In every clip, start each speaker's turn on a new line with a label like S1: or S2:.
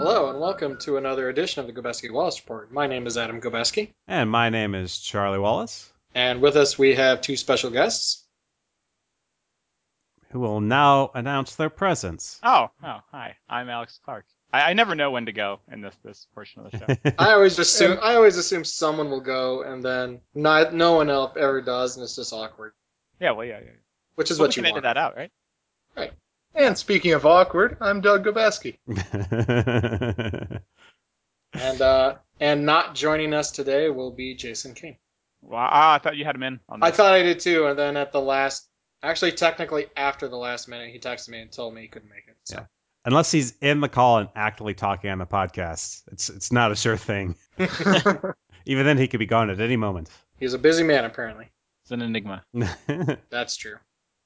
S1: welcome to another edition of the Gobeski Wallace Report. My name is Adam Gobeski,
S2: And my name is Charlie Wallace,
S1: and with us we have two special guests.
S2: who will now announce their presence.
S3: Oh, oh, hi. I'm Alex Clark. I, I never know when to go in this this portion of the show.
S1: I always assume I always assume someone will go, and then not, no one else ever does, and it's just awkward,
S3: yeah, well, yeah, yeah.
S1: which is
S3: Well, we
S1: what you
S3: can edit
S1: want.
S3: that out, right?
S4: And speaking of awkward, I'm Doug Gobeski.
S1: And uh, and not joining us today will be Jason King.
S3: Well, ah, I thought you had him in on
S1: I
S3: this.
S1: thought I did too, and then at the last, actually technically after the last minute, he texted me and told me he couldn't make it. So.
S2: Yeah. Unless he's in the call and actively talking on the podcast, it's it's not a sure thing. Even then, he could be gone at any moment.
S1: He's a busy man apparently.
S3: It's an enigma.
S1: That's true,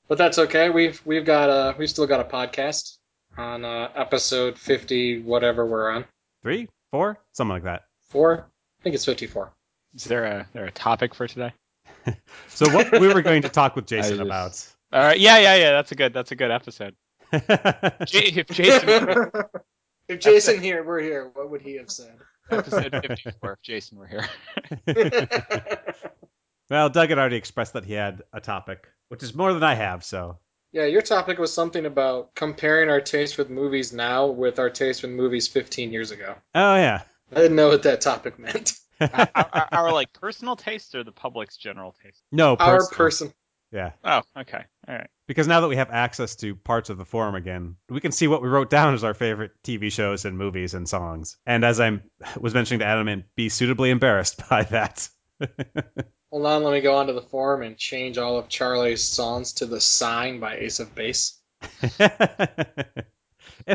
S1: but that's okay. We've we've got uh we've still got a podcast on uh, episode fifty whatever we're on
S2: Three, four, something like that.
S1: four. I think it's fifty four.
S3: Is there a there a topic for today?
S2: So what we were going to talk with Jason
S3: I
S2: about.
S3: All right. Uh, Yeah, yeah, yeah. That's a good that's a good episode. J- if Jason
S1: if Jason here were here, what would he have said?
S3: episode 54 if Jason were here.
S2: well, Doug had already expressed that he had a topic, which is more than I have. So
S1: yeah, your topic was something about comparing our taste with movies now with our taste with movies fifteen years ago.
S2: oh yeah,
S1: I didn't know what that topic meant.
S3: our, our, our, like personal taste or the public's general taste.
S2: no,
S1: Our
S2: personal.
S1: person.
S2: yeah.
S3: Oh, okay. All right.
S2: Because now that we have access to parts of the forum again, we can see what we wrote down as our favorite TV shows and movies and songs. And as I was mentioning to Adam, and be suitably embarrassed by that.
S1: Hold on, let me go onto the forum and change all of Charlie's songs to the sign by Ace of Base.
S2: it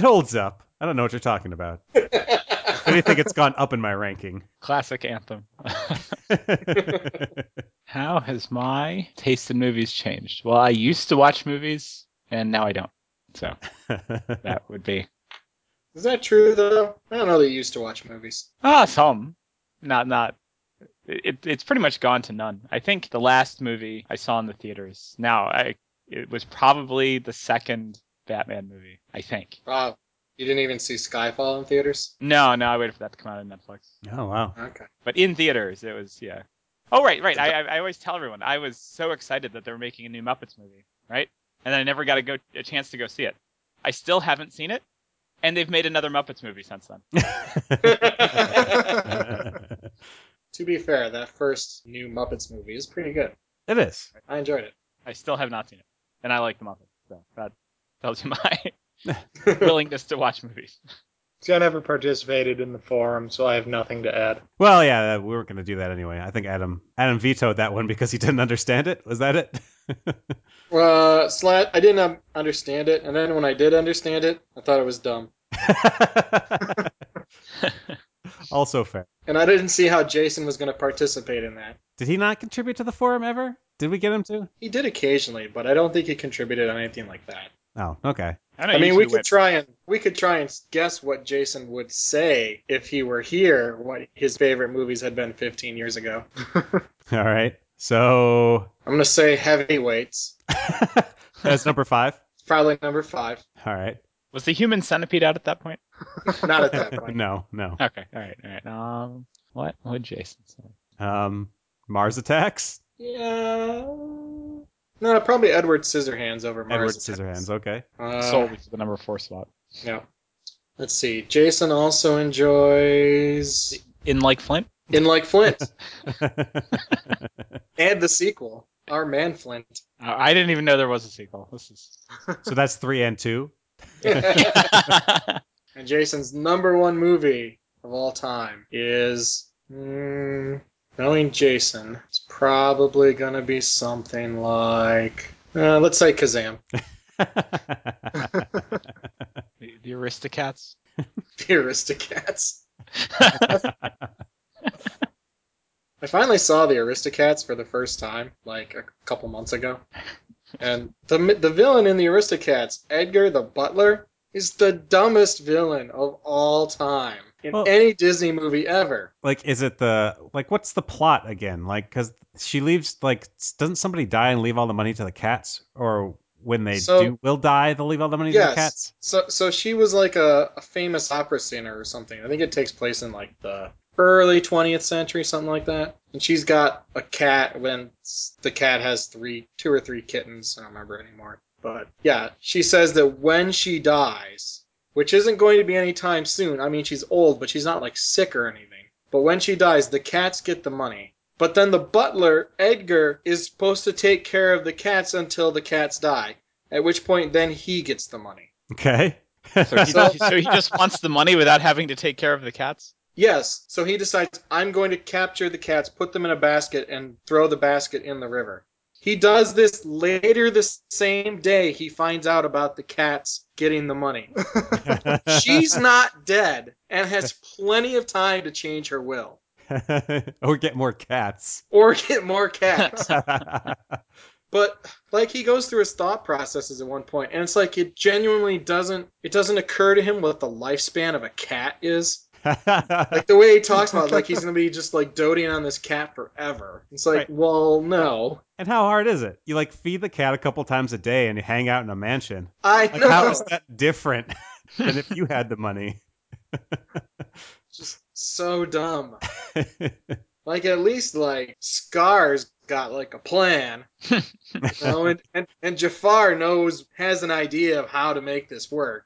S2: holds up. I don't know what you're talking about. I do think it's gone up in my ranking.
S3: Classic anthem. How has my taste in movies changed? Well, I used to watch movies and now I don't. So that would be
S1: Is that true though? I don't know that you used to watch movies.
S3: Ah, some. Not not. It, it's pretty much gone to none. I think the last movie I saw in the theaters. Now I it was probably the second Batman movie. I think.
S1: Wow. You didn't even see Skyfall in theaters?
S3: No, no, I waited for that to come out on Netflix.
S2: oh wow.
S1: Okay.
S3: But in theaters, it was yeah. Oh right, right. I I I always tell everyone I was so excited that they were making a new Muppets movie, right? And I never got a go a chance to go see it. I still haven't seen it, and they've made another Muppets movie since then.
S2: it
S1: To be fair, that first new Muppets movie is pretty good.
S2: is.
S1: I enjoyed
S3: I still have not seen it, and I like the Muppets, so that tells you my
S1: it.
S3: willingness to watch movies.
S4: See, I never participated in the forum, so I have nothing to add.
S2: Well, yeah, uh, we weren't going to do that anyway. I think Adam Adam vetoed that one because he didn't understand it. Was that it?
S1: uh, slat. I didn't um, understand it, and then when I did understand it, I thought it was dumb.
S2: also fair.
S1: And I didn't see how Jason was going to participate in that.
S2: Did he not contribute to the forum ever? Did we get him to?
S1: He did occasionally, but I don't think he contributed on anything like that.
S2: Oh, okay.
S3: I, know
S1: I
S3: you
S1: mean,
S3: two
S1: we could
S3: went-
S1: try and we could try and guess what Jason would say if he were here. What his favorite movies had been 15 years ago.
S2: All right. So
S1: I'm gonna say Heavyweights.
S2: that's number five.
S1: It's probably number five.
S2: All right.
S3: Was the human centipede out at that point?
S1: Not at that point.
S2: No, no.
S3: Okay, all right, all right. Um, what would Jason say?
S2: Um, Mars attacks.
S1: Yeah. No, probably Edward Scissorhands over
S2: Edward
S1: Mars.
S2: Scissorhands. Okay.
S1: Uh,
S3: Soul was the number four slot.
S1: No. Let's see. Jason also enjoys
S3: In like Flint.
S1: In Like Flint and the sequel, Our Man Flint.
S3: Uh, I didn't even know there was a sequel. This is.
S2: so that's three and two.
S3: I
S1: And Jason's number one movie of all time is. Mm, knowing Jason, it's probably going to be something like. Uh, let's say Kazam.
S3: the, the Aristocats.
S1: The Aristocats. I finally saw the Aristocats for the first time, like a couple months ago. And the, the villain in the Aristocats, Edgar the Butler, is the dumbest villain of all time in
S2: Well-
S1: any Disney movie ever.
S2: like, is it the like? What's the plot again? Like, because she leaves. Like, s- doesn't somebody die and leave all the money to the cats, or when they
S1: So-
S2: do will die, they'll leave all the money to
S1: Yes.
S2: the cats.
S1: So, so she was like a, a famous opera singer or something. I think it takes place in like the early 20th century, something like that. And she's got a cat when s- the cat has three, two or three kittens. I don't remember anymore. But yeah, she says that when she dies, which isn't going to be anytime soon. I mean, she's old, but she's not like sick or anything. But when she dies, the cats get the money. But then the butler, Edgar, is supposed to take care of the cats until the cats die. At which point, then he gets the money.
S2: Okay.
S3: So he,
S1: So-
S3: so he just wants the money without having to take care of the cats.
S1: Yes, so he decides I'm going to capture the cats, put them in a basket, and throw the basket in the river. He does this later the same day. He finds out about the cats getting the money. She's not dead and has plenty of time to change her will
S2: or get more cats.
S1: or get more cats.
S2: yeah.
S1: but like he goes through his thought processes at one point and it's like it genuinely doesn't it doesn't occur to him what the lifespan of a cat is like the way he talks about it, like he's gonna be just like doting on this cat forever it's like
S2: Right.
S1: well no
S2: And how hard is it? You like feed the cat a couple times a day and you hang out in a mansion.
S1: i
S2: Like
S1: know
S2: how is that different than if you had the money?
S1: just so dumb like at least like scar's got like a plan you know? and, and and jafar knows has an idea of how to make this work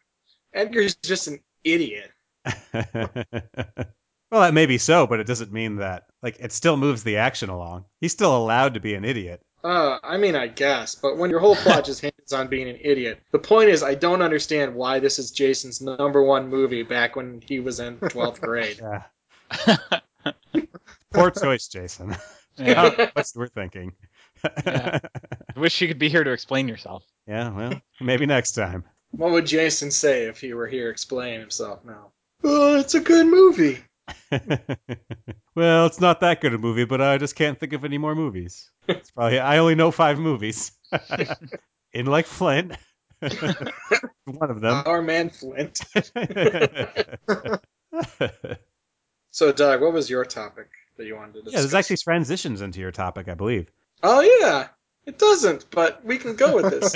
S1: edgar's just an idiot
S2: well, that may be so, but it doesn't mean that like it still moves the action along. He's still allowed to be an idiot.
S1: Uh, I mean, I guess, but when your whole plot just hinges on being an idiot, the point is, I don't understand why this is Jason's number one movie back when he was in 12th grade.
S2: Yeah. Poor choice, Jason.
S3: Yeah.
S2: That's what we're thinking.
S3: Yeah. Wish you could be here to explain yourself.
S2: yeah, well, maybe next time.
S1: what would Jason say if he were here explaining himself now? Oh, it's a good movie.
S2: well, it's not that good a movie, but I just can't think of any more movies. It's probably I only know five movies. In like Flint, one of them.
S1: Our man Flint. So, Doug, what was your topic that you wanted to discuss?
S2: Yeah, there's actually transitions into your topic, I believe.
S1: Oh, yeah. It doesn't, but we can go with this.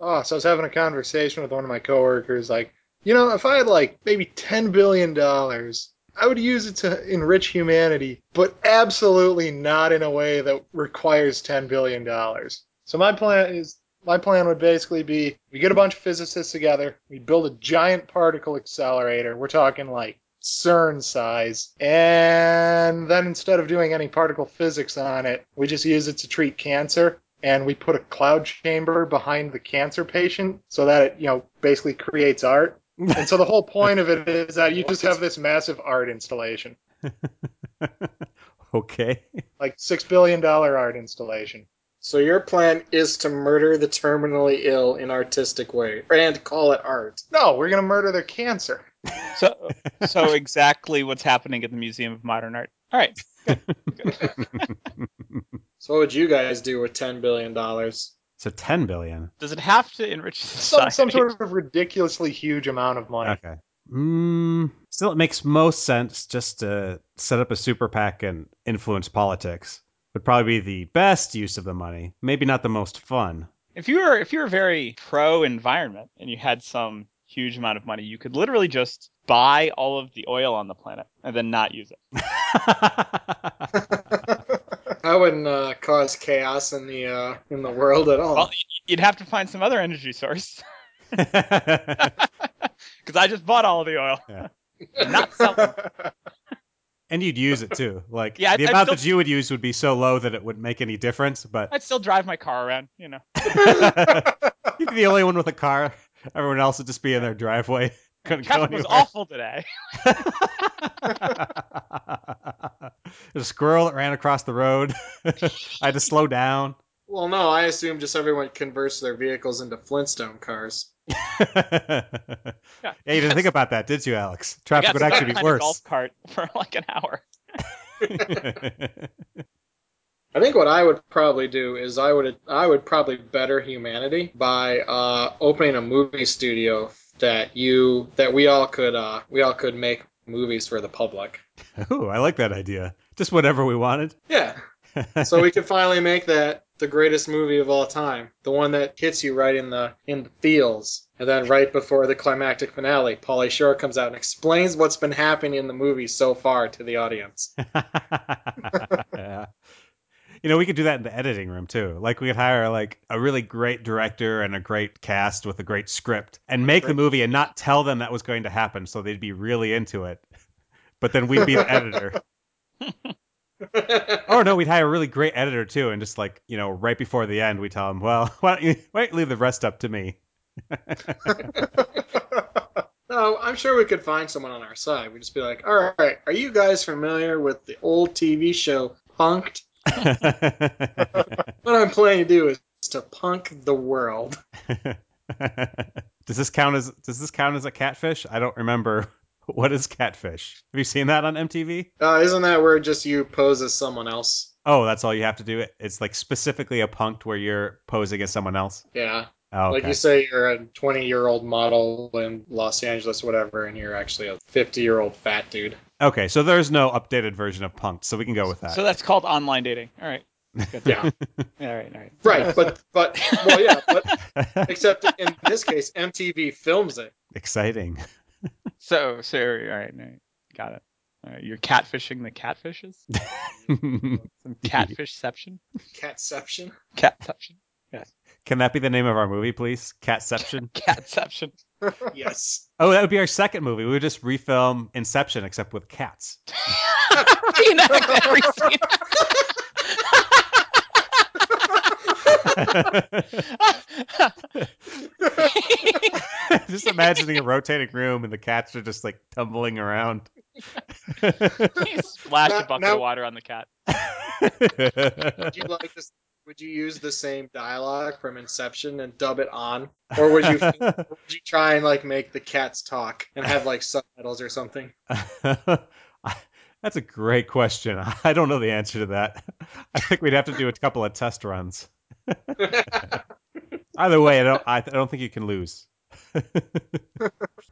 S4: Oh, so I was having a conversation with one of my coworkers, like, you know, if I had like maybe ten billion dollars, I would use it to enrich humanity, but absolutely not in a way that requires ten billion dollars. So my plan is my plan would basically be we get a bunch of physicists together, we build a giant particle accelerator, we're talking like CERN size, and then instead of doing any particle physics on it, we just use it to treat cancer and we put a cloud chamber behind the cancer patient so that it, you know, basically creates art. And so the whole point of it is that you just have this massive art installation,
S2: okay.
S4: like six billion dollar art installation.
S1: so, your plan is to murder the terminally ill in artistic way and call it art.
S4: No, we're gonna murder their cancer.
S3: So, so exactly what's happening at the Museum of Modern Art. All right.
S1: So what would you guys do with ten billion dollars?
S2: So 10 billion.
S3: Does it have to enrich society?
S4: Some, some sort of ridiculously huge amount of money.
S2: Okay. Mm, still, it makes most sense just to set up a super PAC and influence politics. Would probably be the best use of the money. Maybe not the most fun.
S3: If you were if you were very pro environment and you had some huge amount of money, you could literally just buy all of the oil on the planet and then not use it.
S1: I wouldn't uh, cause chaos in the uh, in the world at all.
S3: Well, You'd have to find some other energy source because I just bought all of the oil.
S2: Yeah.
S3: And not selling.
S2: and you'd use it too. Like
S3: Yeah, I'd-
S2: the
S3: I'd
S2: amount
S3: still-
S2: that you would use would be so low that it wouldn't make any difference. But
S3: I'd still drive my car around, you know.
S2: you'd be the only one with a car. Everyone else would just be in their driveway. Couldn't go
S3: Traffic was
S2: anywhere.
S3: awful today.
S2: a squirrel that ran across the road. I had to slow down.
S1: well, no, I assume just everyone converts their vehicles into Flintstone cars.
S2: yeah, you didn't think about that, did you, Alex?
S3: I
S2: Traffic
S3: got
S2: would
S3: stuck
S2: actually be
S3: behind a
S2: worse.
S3: golf cart for like an hour.
S1: I think what I would probably do is I would I would probably better humanity by uh, opening a movie studio that you that we all could uh, we all could make movies for the public.
S2: Ooh, I like that idea. Just whatever we wanted.
S1: Yeah, so we could finally make that the greatest movie of all time, the one that hits you right in the in the feels. And then right before the climactic finale, Pauly Shore comes out and explains what's been happening in the movie so far to the audience.
S2: yeah. You know, we could do that in the editing room too. Like we could hire like a really great director and a great cast with a great script and make the movie and not tell them that was going to happen so they'd be really into it. But then we'd be the editor. or no, we'd hire a really great editor too, and just like you know, right before the end, we tell him, "Well, why don't you why don't you leave the rest up to me?"
S1: no, I'm sure we could find someone on our side. We'd just be like, "All right, are you guys familiar with the old TV show Punked?" What I'm planning to do is to punk the world.
S2: does this count as does this count as a catfish? I don't remember. What is catfish? Have you seen that on MTV?
S1: Uh, isn't that where just you pose as someone else?
S2: Oh, that's all you have to do. It's like specifically a punked where you're posing as someone else.
S1: Yeah.
S2: Oh,
S1: Like
S2: okay.
S1: you say, you're a 20 year old model in Los Angeles, whatever, and you're actually a 50 year old fat dude.
S2: okay, so there's no updated version of punked, so we can go with that.
S3: So that's called online dating. All right. Good.
S1: Yeah.
S3: All right. All right.
S1: Right, but but well, yeah, but except in this case, MTV films it.
S2: Exciting.
S3: So, so all right, all right. Got it. All right. You're catfishing the catfishes?
S2: can
S3: Some
S2: Yeah.
S3: catfishception?
S1: Catception.
S3: Catception?
S2: that be the name of our movie, please? Catception.
S3: Catception.
S1: Yes.
S2: Oh, that would be our second movie. We would just refilm Inception, except with cats.
S3: Reenact every scene.
S2: just imagining a rotating room and the cats are just like tumbling around.
S3: You Splash a
S1: Now-
S3: bucket
S1: now-
S3: of water on the cat.
S1: Would you like this? Would you use the same dialogue from Inception and dub it on, or would you, would you try and like make the cats talk and have like subtitles or something?
S2: That's a great question. I don't know the answer to that. I think we'd have to do a couple of test runs. Either way, I don't. I, I don't think you can lose.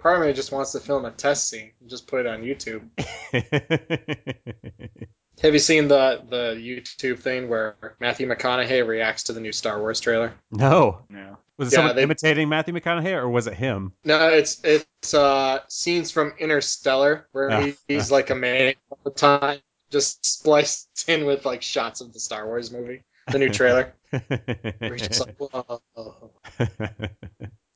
S1: Part of me just wants to film a test scene and just put it on YouTube. Have you seen the the YouTube thing where Matthew McConaughey reacts to the new Star Wars trailer?
S2: no,
S3: No.
S2: was it
S1: Yeah,
S2: someone
S1: they-
S2: imitating Matthew McConaughey or was it him?
S1: No, it's it's uh, scenes from Interstellar where
S2: Ah.
S1: he, he's like a man all the time, just spliced in with like shots of the Star Wars movie, the new trailer. where he's just like, "Whoa."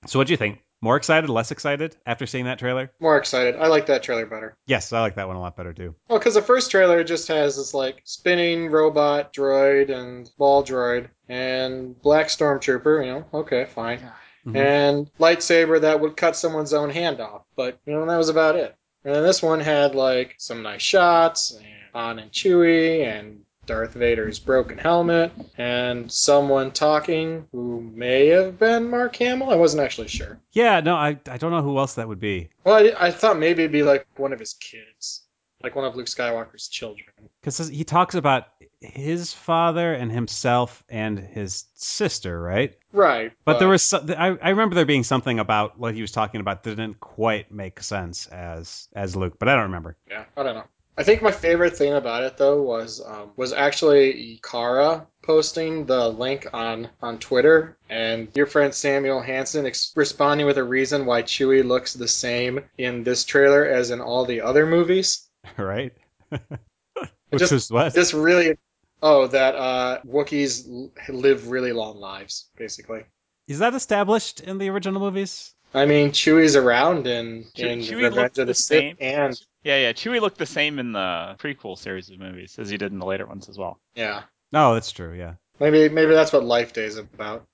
S2: so, what do you think? More excited, less excited after seeing that trailer?
S1: more excited. I like that trailer better.
S2: Yes, I like that one a lot better too.
S1: Well, because the first trailer just has this like spinning robot droid and ball droid and black stormtrooper. You know, okay, fine.
S2: Mhm.
S1: And lightsaber that would cut someone's own hand off, but you know that was about it. And then this one had like some nice shots and Han and Chewie and Darth Vader's broken helmet and someone talking who may have been Mark Hamill. I wasn't actually sure.
S2: Yeah, no, I I don't know who else that would be
S1: Well, I, I thought maybe it'd be like one of his kids, like one of Luke Skywalker's children.
S2: because he talks about his father and himself and his sister, right?
S1: Right.
S2: But there was so, I I remember there being something about what he was talking about that didn't quite make sense as as Luke, but I don't remember.
S1: Yeah, I don't know. I think my favorite thing about it though was um, was actually Kara posting the link on on Twitter and your friend Samuel Hansen ex- responding with a reason why Chewie looks the same in this trailer as in all the other movies.
S2: right? Which
S1: Just-
S2: was what?
S1: This really oh that uh, Wookiees l- live really long lives basically.
S2: Is that established in the original movies?
S1: I mean Chewie's around in
S3: Chewie-
S1: in
S3: Chewie
S1: Revenge
S3: looked
S1: of the,
S3: the
S1: Sith
S3: same.
S1: and
S3: Yeah, yeah. Chewie looked the same in the prequel series of movies as he did in the later ones as well.
S1: yeah
S2: No, that's true. Yeah,
S1: maybe maybe that's what Life Day is about.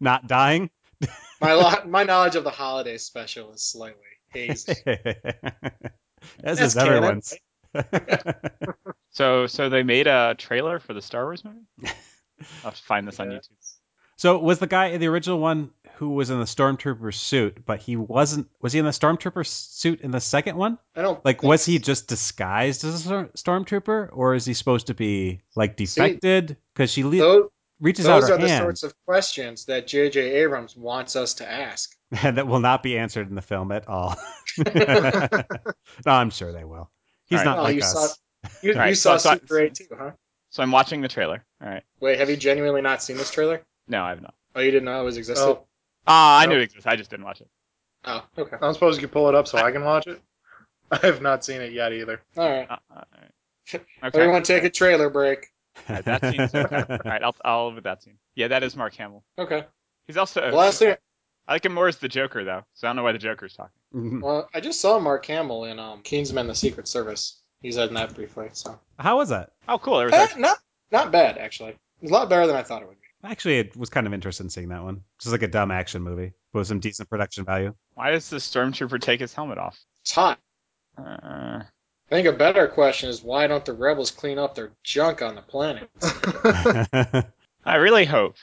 S2: not dying.
S1: My lo- my knowledge of the holiday special is slightly hazy.
S2: As
S1: That's
S2: is everyone's.
S1: canon,
S3: So, so they made a trailer for the Star Wars movie. I'll have to find this on
S1: Yeah.
S3: YouTube.
S2: so was the guy the original one who was in the stormtrooper suit, but he wasn't? Was he in the stormtrooper suit in the second one?
S1: I don't
S2: Like,
S1: think-
S2: was he just disguised as a stor- stormtrooper, or is he supposed to be like defected? Because she le-
S1: Those,
S2: reaches out
S1: those
S2: her
S1: are the
S2: hand,
S1: sorts of questions that J.J. Abrams wants us to ask.
S2: and that will not be answered in the film at all. no, I'm sure they will. He's
S3: All right.
S2: not
S1: Well,
S2: like
S1: Oh, you
S2: us.
S1: saw- You,
S3: Right,
S1: you saw
S3: so- so-
S1: Super 8 too, huh?
S3: So I'm watching the trailer. All right.
S1: Wait, have you genuinely not seen this trailer?
S3: No, I have not.
S1: Oh, you didn't know it was existed.
S4: Oh,
S3: Ah, I
S4: No.
S3: knew it existed. I just didn't watch it.
S1: Oh, okay.
S4: I'm supposed to pull it up so I can watch it. I've not seen it yet either.
S1: All right.
S3: Uh, all right. Okay.
S1: Everyone, take a trailer break.
S3: That seems okay. All right, I'll I'll live with that scene. Yeah, that is Mark Hamill.
S1: Okay.
S3: He's also
S1: Last thing.
S3: I like him more as the Joker though, so I don't know why the Joker's talking.
S2: Mm-hmm.
S1: Well, I just saw Mark Hamill in um, Kingsman: The Secret Service. He's in that briefly, so
S2: How was that?
S3: Oh, cool. There was
S1: Eh,
S3: actually-
S1: not not bad actually. It was a lot better than I thought it would be.
S2: Actually, it was kind of interesting seeing that one. Just like a dumb action movie but with some decent production value.
S3: why does the stormtrooper take his helmet off?
S1: It's hot.
S3: Uh,
S1: I think a better question is why don't the rebels clean up their junk on the planet?
S3: I really hope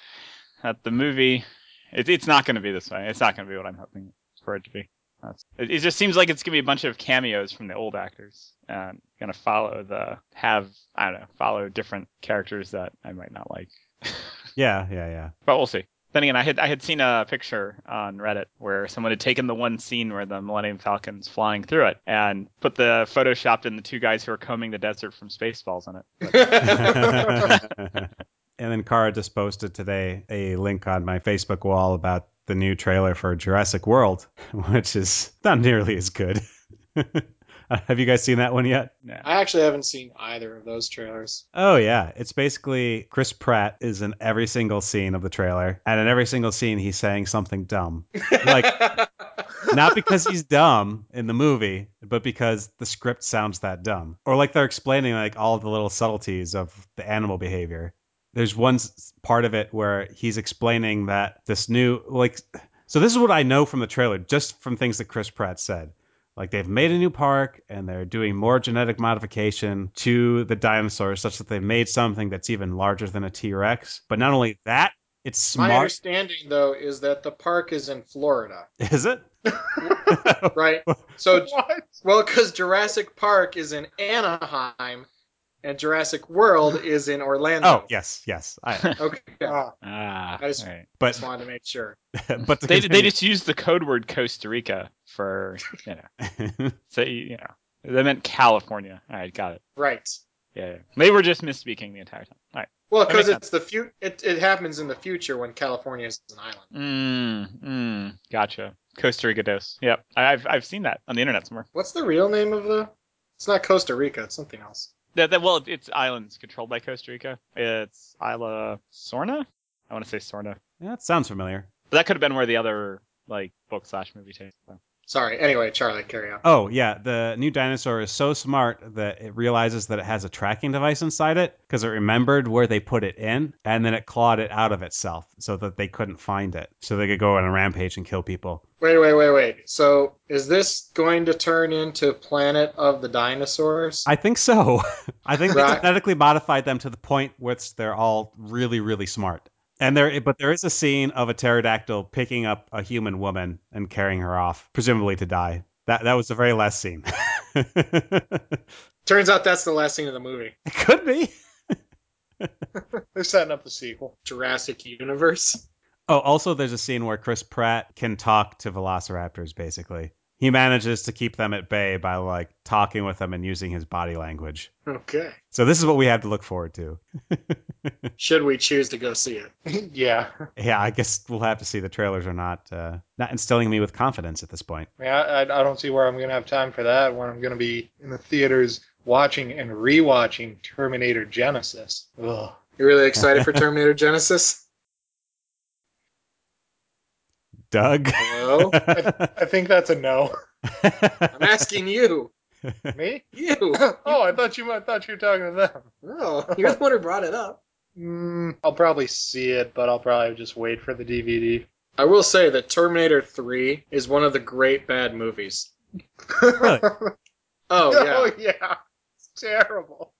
S3: that the movie it, it's not going to be this way. It's not going to be what I'm hoping for it to be. That's, it, it just seems like it's going to be a bunch of cameos from the old actors. Um, going to follow the have I don't know follow different characters that I might not like.
S2: yeah, yeah, yeah.
S3: but we'll see. Then again, I had I had seen a picture on Reddit where someone had taken the one scene where the Millennium Falcon's flying through it and put the photoshopped in the two guys who are combing the desert from Spaceballs in it.
S2: and then Kara just posted today a link on my Facebook wall about the new trailer for Jurassic World, which is not nearly as good. Uh, Have you guys seen that one yet?
S3: Yeah.
S1: I actually haven't seen either of those trailers.
S2: Oh yeah, it's basically Chris Pratt is in every single scene of the trailer, and in every single scene he's saying something dumb. Like not because he's dumb in the movie, but because the script sounds that dumb. Or like they're explaining like all the little subtleties of the animal behavior. There's one s- part of it where he's explaining that this new like so this is what I know from the trailer, just from things that Chris Pratt said. Like they've made a new park and they're doing more genetic modification to the dinosaurs such that they've made something that's even larger than a T-Rex. But not only that, it's
S1: My
S2: smart.
S1: understanding though is that the park is in Florida,
S2: Is it?
S3: Oh.
S1: right? So well, because Jurassic Park is in Anaheim, and Jurassic World is in
S2: oh,
S1: Orlando.
S2: yes, yes. I,
S3: Oh.
S1: Okay.
S4: Ah,
S3: Ah,
S1: I just-
S3: all right.
S2: but
S1: Just wanted to make sure.
S2: but to
S3: They they
S2: continue-
S3: just used the code word Costa Rica for you know so you you know they meant California. All right, got it.
S1: Right.
S3: Yeah, yeah. they were just misspeaking the entire time. All right.
S1: Well,
S3: That makes
S1: because it's the future. It, it happens in the future when California is an island.
S3: Mm, mm, gotcha. Costa Rica dose. Yep, I- I've I've seen that on the internet somewhere.
S1: What's the real name of the? It's not Costa Rica. It's something else.
S3: That, that well, it's islands controlled by Costa Rica. It's Isla Sorna. I want to say Sorna,
S2: Yeah, that sounds familiar.
S3: but that could have been where the other like book slash movie takes. So.
S1: Sorry. Anyway, Charlie, carry on.
S2: Oh yeah, the new dinosaur is so smart that it realizes that it has a tracking device inside it because it remembered where they put it in, and then it clawed it out of itself so that they couldn't find it, so they could go on a rampage and kill people.
S1: Wait, wait, wait, wait. So is this going to turn into Planet of the Dinosaurs?
S2: I think so. I think they
S1: Right.
S2: genetically modified them to the point where it's- they're all really really smart. And there, but there is a scene of a pterodactyl picking up a human woman and carrying her off, presumably to die. That that was the very last scene.
S1: Turns out that's the last scene of the movie.
S2: It could be.
S4: they're setting up the sequel.
S1: Jurassic Universe.
S2: Oh, also, there's a scene where Chris Pratt can talk to velociraptors, basically. He manages to keep them at bay by, like, talking with them and using his body language.
S1: Okay.
S2: So, this is what we have to look forward to.
S1: Should we choose to go see it?
S4: yeah,
S2: Yeah, I guess we'll have to see. The trailers are not uh, not instilling me with confidence at this point.
S4: I, mean, I, I I don't see where I'm gonna have time for that. When I'm gonna be in the theaters watching and rewatching Terminator Genesis. Ugh.
S1: You really excited for Terminator Genesis?
S2: Doug?
S1: Hello.
S4: I think that's a no.
S1: I'm asking you.
S4: Me?
S1: You.
S4: oh, I thought you might- thought you were talking to them.
S1: No, you're the one who brought it up.
S4: Mm, I'll probably see it, but I'll probably just wait for the DVD.
S1: I will say that Terminator 3 is one of the great bad movies.
S2: Really?
S1: Oh yeah.
S4: oh yeah, it's terrible.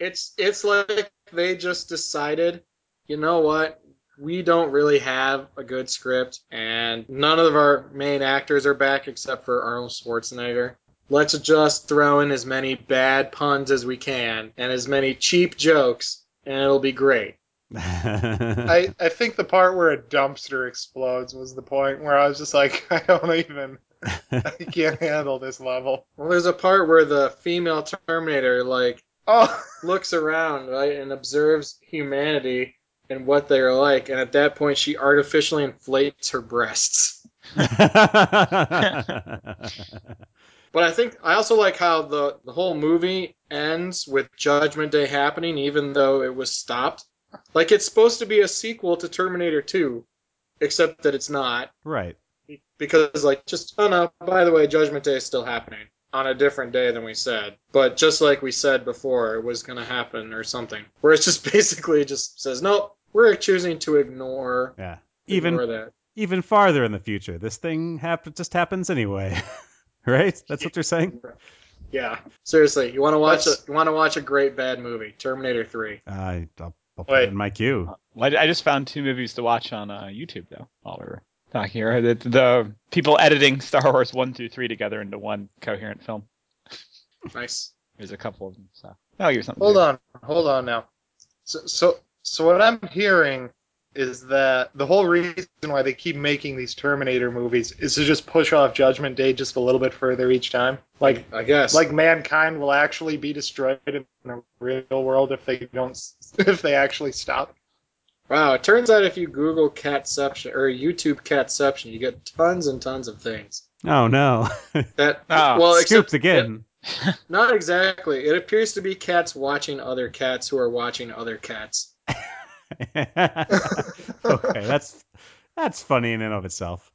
S1: It's it's like they just decided, you know what? We don't really have a good script and none of our main actors are back except for Arnold Schwarzenegger. Let's just throw in as many bad puns as we can and as many cheap jokes and it'll be great.
S2: I,
S4: I, I think the part where a dumpster explodes was the point where I was just like, I don't even, I can't handle this level.
S1: Well, there's a part where the female Terminator like
S4: Oh,
S1: looks around, right, and observes humanity and what they're like. And at that point, she artificially inflates her breasts. But I think I also like how the, the whole movie ends with Judgment Day happening, even though it was stopped. Like it's supposed to be a sequel to Terminator 2, except that it's not.
S2: right.
S1: Because, like, just, oh no, by the way, Judgment Day is still happening on a different day than we said. But just like we said before, it was going to happen or something. Where it just basically just says, no, we're choosing to ignore,
S2: Yeah. Even
S1: ignore that.
S2: even farther in the future, this thing hap- just happens anyway. right? That's what you're saying?
S1: Yeah. Seriously, you want to watch a,
S4: That's-
S1: you want to watch a great bad movie, Terminator 3.
S2: I I'll, I'll put
S4: Wait.
S2: it in my queue.
S3: Well, I I just found two movies to watch on uh, YouTube though. While we were talking here, the, the people editing Star Wars one through three together into one coherent film.
S1: Nice.
S3: There's a couple of them. So I'll give you something.
S4: hold on, hold on now. So, so, so what I'm hearing is that the whole reason why they keep making these Terminator movies is to just push off Judgment Day just a little bit further each time. Like,
S1: I guess.
S4: like mankind will actually be destroyed in the real world if they don't, if they actually stop.
S1: wow, it turns out if you Google catception or YouTube catception, you get tons and tons of things.
S2: Oh no.
S1: That
S3: Ah,
S1: well,
S2: Scooped
S1: except
S2: again.
S1: it- not exactly. It appears to be cats watching other cats who are watching other cats.
S2: okay, that's that's funny in and of itself.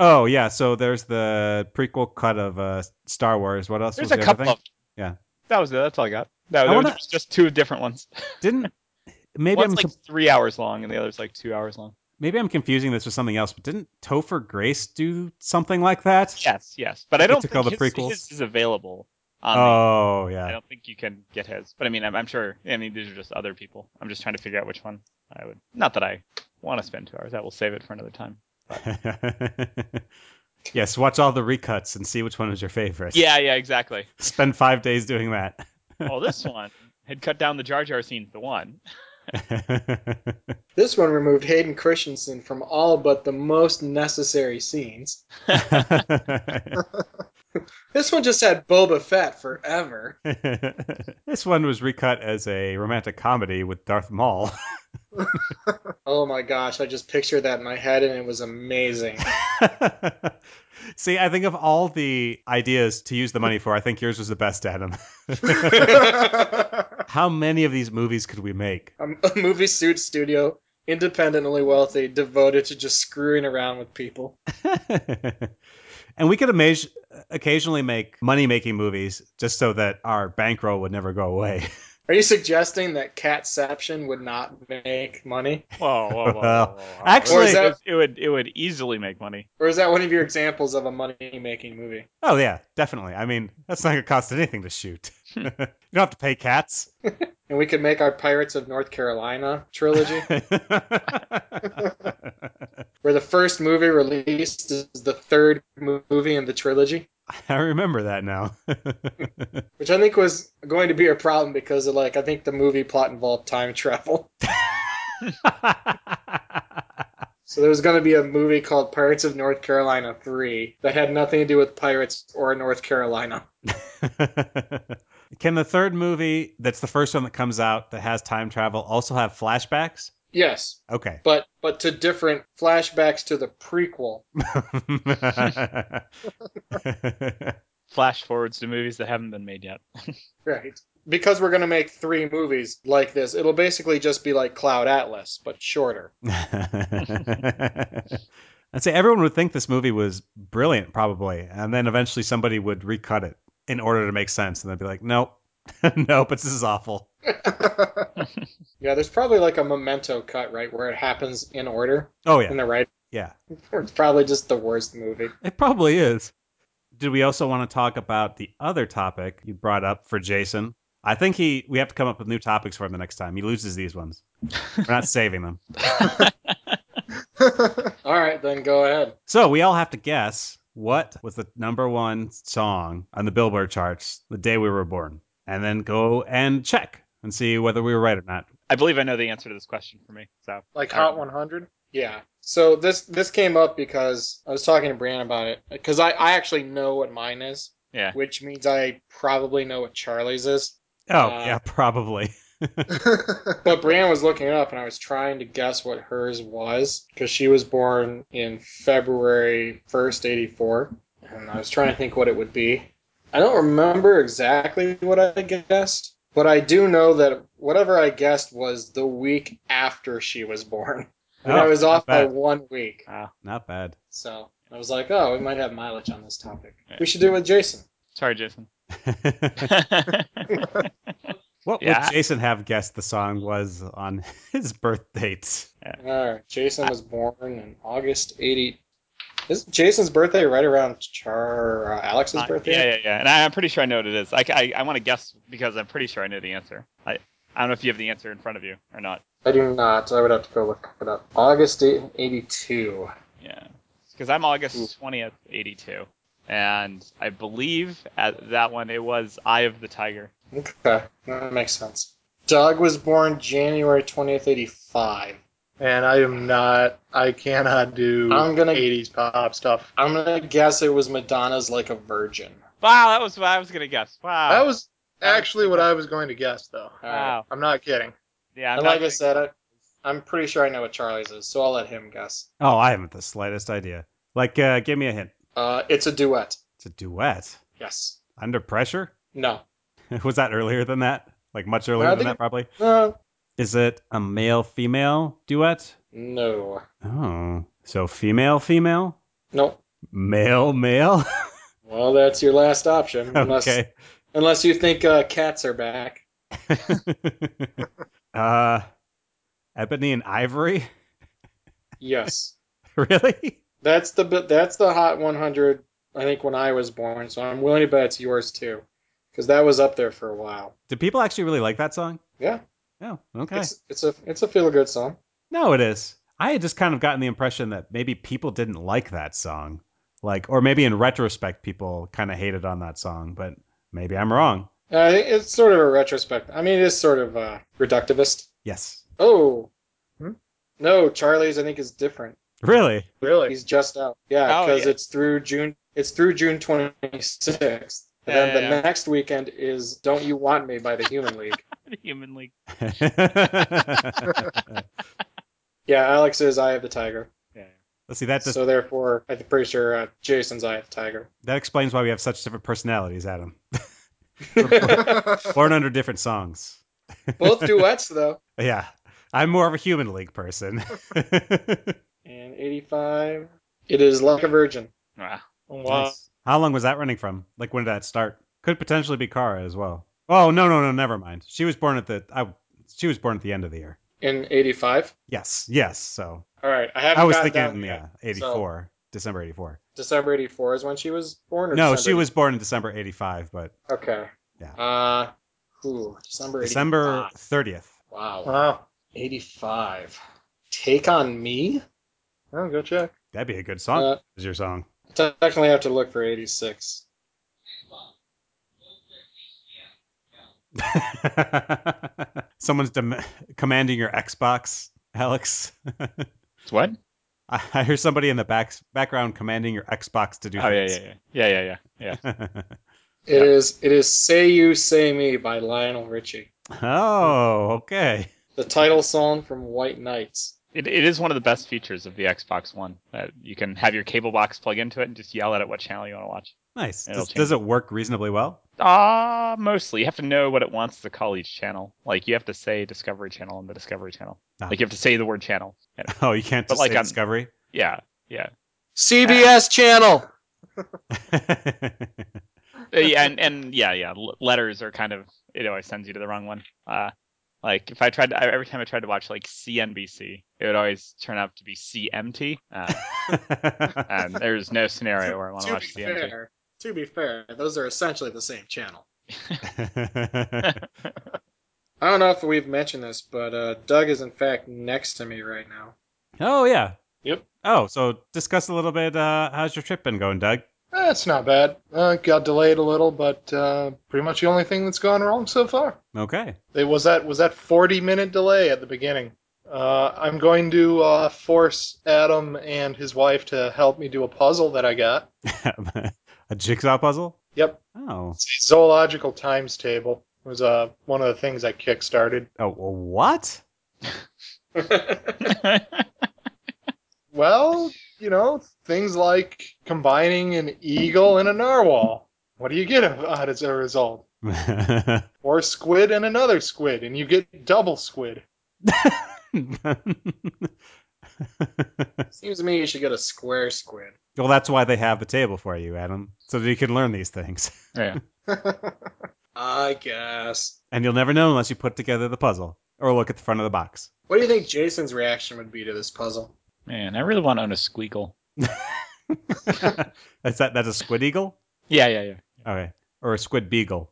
S2: Oh yeah, so there's the prequel cut of uh, Star Wars. What else
S3: There's
S2: was
S3: a
S2: the
S3: couple
S2: other
S3: of.
S2: thing? Yeah.
S3: That was it. That's all I got. No,
S2: I
S3: there was
S2: wanna-
S3: just two different ones.
S2: Didn't maybe
S3: One's
S2: I'm
S3: like
S2: com-
S3: three hours long, and the other's like two hours long.
S2: maybe I'm confusing this with something else, but didn't Topher Grace do something like that?
S3: Yes, yes, but I
S2: He
S3: don't
S2: took all
S3: think
S2: the
S3: his,
S2: prequels.
S3: his is available. On the-
S2: Oh
S3: I
S2: yeah.
S3: don't think you can get his, but I mean, I'm, I'm sure. I mean, these are just other people. I'm just trying to figure out which one I would. Not that I want to spend two hours. I will save it for another time.
S2: yes, watch all the recuts and see which one was your favorite.
S3: Yeah, yeah, exactly.
S2: Spend five days doing that.
S3: Well, Oh, this one had cut down the Jar Jar scene to one.
S1: This one removed Hayden Christensen from all but the most necessary scenes. This one just had Boba Fett forever.
S2: this one was recut as a romantic comedy with Darth Maul.
S1: Oh my gosh, I just pictured that in my head and it was amazing.
S2: See, I think of all the ideas to use the money for, I think yours was the best, Adam.
S1: a,
S2: How many of these movies could we make?
S1: a movie suit studio, independently wealthy, devoted to just screwing around with people.
S2: and we could amaz- occasionally make money making movies just so that our bankroll would never go away.
S1: Are you suggesting that Catception would not make money?
S3: Whoa, whoa, whoa, whoa,
S2: Well,
S3: whoa, whoa.
S2: actually-
S1: Or is that-
S3: it would it would easily make money.
S1: Or is that one of your examples of a money making movie?
S2: oh, yeah, definitely. I mean, that's not going to cost anything to shoot. you don't have to pay cats.
S1: And we could make our Pirates of North Carolina trilogy, where the first movie released is the third mo- movie in the trilogy,
S2: I remember that now.
S1: which I think was going to be a problem because of, like, I think the movie plot involved time travel. So there was going to be a movie called Pirates of North Carolina 3 that had nothing to do with pirates or North Carolina.
S2: Can the third movie, that's the first one that comes out that has time travel, also have flashbacks?
S1: Yes,
S2: Okay.
S1: but but to different flashbacks to the prequel.
S3: Flash forwards to movies that haven't been made yet.
S1: Right. Because we're going to make three movies like this, it'll basically just be like Cloud Atlas, but shorter.
S2: I'd say everyone would think this movie was brilliant, probably, and then eventually somebody would recut it in order to make sense, and they'd be like, "Nope, nope, it's, this is awful."
S1: Yeah, there's probably like a memento cut, right, where it happens in order
S2: Oh
S1: in
S2: yeah,
S1: the right.
S2: yeah,
S1: It's probably just the worst movie.
S2: it probably is. Did we also want to talk about the other topic you brought up for Jason? I think he we have to come up with new topics for him the next time. He loses these ones. We're not saving them.
S1: All right, then go ahead.
S2: So we all have to guess what was the number one song on the Billboard charts the day we were born, and then go and check and see whether we were right or not.
S3: I believe I know the answer to this question for me. So
S4: Like Hot 100.
S1: Yeah. So this this came up because I was talking to Brian about it because I I actually know what mine is,
S3: yeah,
S1: which means I probably know what Charlie's is.
S2: Oh
S1: Uh,
S2: yeah, probably.
S1: But Brienne was looking it up, and I was trying to guess what hers was because she was born in February 1st, 84. And I was trying to think what it would be. I don't remember exactly what I guessed, but I do know that whatever I guessed was the week after she was born. And I
S2: Oh,
S1: was
S2: not
S1: off by
S2: bad.
S1: one week.
S2: Not bad.
S1: So I was like, oh, we might have mileage on this topic.
S3: Yeah.
S1: We should do it with Jason.
S3: Sorry, Jason.
S2: what
S3: Yeah.
S2: would Jason have guessed the song was on his birth date?
S1: All right. Jason was born in August 80. Is Jason's birthday right around Char uh, Alex's
S3: Uh,
S1: birthday?
S3: yeah, yeah, yeah. And I, I'm pretty sure I know what it is. I, I, want to guess because I'm pretty sure I know the answer. I, I don't know if you have the answer in front of you or not.
S1: I do not. I would have to go look it up. August 8 82.
S3: Yeah. Because I'm August 20th, 82. And I believe at that one it was Eye of the Tiger.
S1: Okay, that makes sense. Doug was born January 20th, 85.
S4: And I am not. I cannot do
S1: I'm gonna-
S4: 80s pop stuff.
S1: I'm gonna guess it was Madonna's "Like a Virgin."
S3: Wow, that was what I was going to guess. Wow.
S1: Ah.
S4: That was actually what I was going to guess, though.
S1: All right.
S3: Wow.
S4: I'm not kidding.
S3: Yeah. I'm
S1: and
S3: not
S1: like I
S3: gonna-
S1: said, I, I'm pretty sure I know what Charlie's is, so I'll let him guess.
S2: Oh, I haven't the slightest idea. Like, uh, give me a hint.
S1: Uh, it's a duet.
S2: It's a duet.
S1: Yes.
S2: Under pressure?
S1: No.
S2: Was that earlier than that? Like much earlier
S1: I
S2: than
S1: think-
S2: that, probably.
S1: No.
S2: Is it a male female duet?
S1: No.
S2: Oh, so female female,
S1: Nope.
S2: male male.
S1: Well, that's your last option, unless
S2: okay.
S1: unless you think uh, cats are back.
S2: uh, ebony and ivory.
S1: Yes,
S2: really?
S1: that's the bi- that's the hot 100. I think when I was born, so I'm willing to bet it's yours too, because that was up there for a while.
S2: Do people actually really like that song?
S1: Yeah,
S2: Oh, okay.
S1: it's it's a it's a feel good song.
S2: No, it is. I had just kind of gotten the impression that maybe people didn't like that song. Like, or maybe in retrospect, people kind of hated on that song, but maybe I'm wrong.
S1: Uh, I think it's sort of a retrospect. I mean, it is sort of uh, reductivist.
S2: Yes.
S1: Oh,
S4: Hmm?
S1: no, Charlie's I think is different.
S2: Really?
S4: Really?
S1: He's just out. Yeah,
S3: Oh,
S1: because
S3: yeah.
S1: it's through June. It's through June 26th. And
S3: Yeah,
S1: then
S3: yeah,
S1: the
S3: yeah.
S1: next weekend is "Don't You Want Me" by the Human League.
S3: The Human League.
S2: Let's
S1: Yeah, Alex is Eye of the Tiger.
S3: Yeah.
S2: see. That just
S1: so therefore, I'm pretty sure uh, Jason's Eye of the Tiger.
S2: that explains why we have such different personalities, Adam.
S4: That's
S2: Born under different songs.
S1: Both duets though.
S2: Yeah, I'm more of a human league person.
S1: And 85. It is like a virgin.
S3: Wow.
S4: Wow.
S2: Nice. How long was that running from? Like when did that start? Could potentially be Kara as well. Oh no no no never mind. She was born at the I, she was born at the end of the year.
S1: In 85.
S2: Yes yes. So
S1: All right, I haven't.
S2: I was
S1: gotten down
S2: thinking
S1: yet.
S2: yeah 84 December 84.
S1: December 84 is when she was born. Or
S2: No
S1: December
S2: she was born in December 85 but
S1: 80? Okay.
S2: Yeah.
S1: Uh, ooh, December.
S2: December
S1: 85.
S2: 30th.
S1: Wow.
S4: Wow.
S1: 85. Take on me.
S4: Oh, go check.
S2: That'd be a good song.
S1: Uh,
S2: is your song?
S1: technically, I have to look for 86.
S2: Someone's dem- commanding your Xbox, Alex.
S3: What?
S2: I I hear somebody in the back background commanding your Xbox to do
S3: Oh, yeah,
S2: things.
S3: yeah, yeah. Yeah, yeah, yeah.
S1: It
S3: Yeah.
S1: is. It is "Say You, Say Me" by Lionel Richie.
S2: oh, okay.
S1: the title song from White Knights.
S3: It, it is one of the best features of the Xbox One. That you can have your cable box plug into it and just yell at it what channel you want to watch.
S2: Nice.
S3: It'll
S2: Does, does it work reasonably well?
S3: Ah, mostly. You have to know what it wants to call each channel. Like you have to say Discovery Channel and the Discovery Channel.
S2: Ah.
S3: Like you have to say the word channel. And-
S2: Oh, you can't
S3: But
S2: just
S3: like um,
S2: say
S3: on-
S2: Discovery.
S3: Yeah, yeah,
S1: CBS channel.
S3: Uh, yeah, and, and yeah, yeah. l- Letters are kind of it always sends you to the wrong one. Uh, like if I tried to, I- every time I tried to watch like CNBC, it would always turn out to be CMT. Uh, and there's no scenario where I want to
S1: to be
S3: watch CMT.
S1: fair, to be fair, those are essentially the same channel. I don't know if we've mentioned this, but uh, Doug is in fact next to me right now.
S2: oh yeah.
S1: Yep.
S2: Oh, so discuss a little bit. Uh, how's your trip been going, Doug?
S4: That's not bad. Uh, got delayed a little, but uh, pretty much the only thing that's gone wrong so far.
S2: Okay.
S4: It was that was that 40 minute delay at the beginning. Uh, I'm going to uh, force Adam and his wife to help me do a puzzle that I got.
S2: a jigsaw puzzle.
S4: Yep,
S2: Oh,
S4: it's a zoological times table. was uh, one of the things I kickstarted.
S2: Oh, well, what?
S4: Well, you know, things like combining an eagle and a narwhal. What do you get out as a result? Or squid and another squid, and you get double squid.
S2: well,
S1: Seems to me you should get a square squid.
S2: that's why they have the table for you, Adam, so that you can learn these things.
S3: yeah.
S1: I guess.
S2: And you'll never know unless you put together the puzzle or look at the front of the box.
S1: What do you think Jason's reaction would be to this puzzle?
S3: Man, I really want to own a squeakle.
S2: that's that. That's a squid eagle.
S3: Yeah, yeah, yeah.
S2: Okay, or a squid beagle.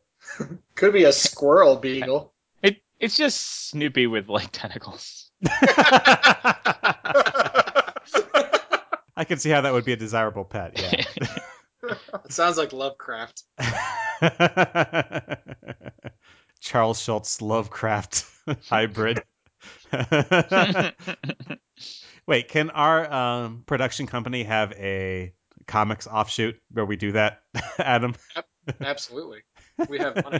S1: Could be a squirrel beagle.
S3: It it's just Snoopy with like tentacles.
S2: I can see how that would be a desirable pet. Yeah.
S1: It sounds like Lovecraft.
S2: Charles Schultz Lovecraft hybrid. Wait, can our um, production company have a comics offshoot where we do that, Adam?
S1: Absolutely. We have money.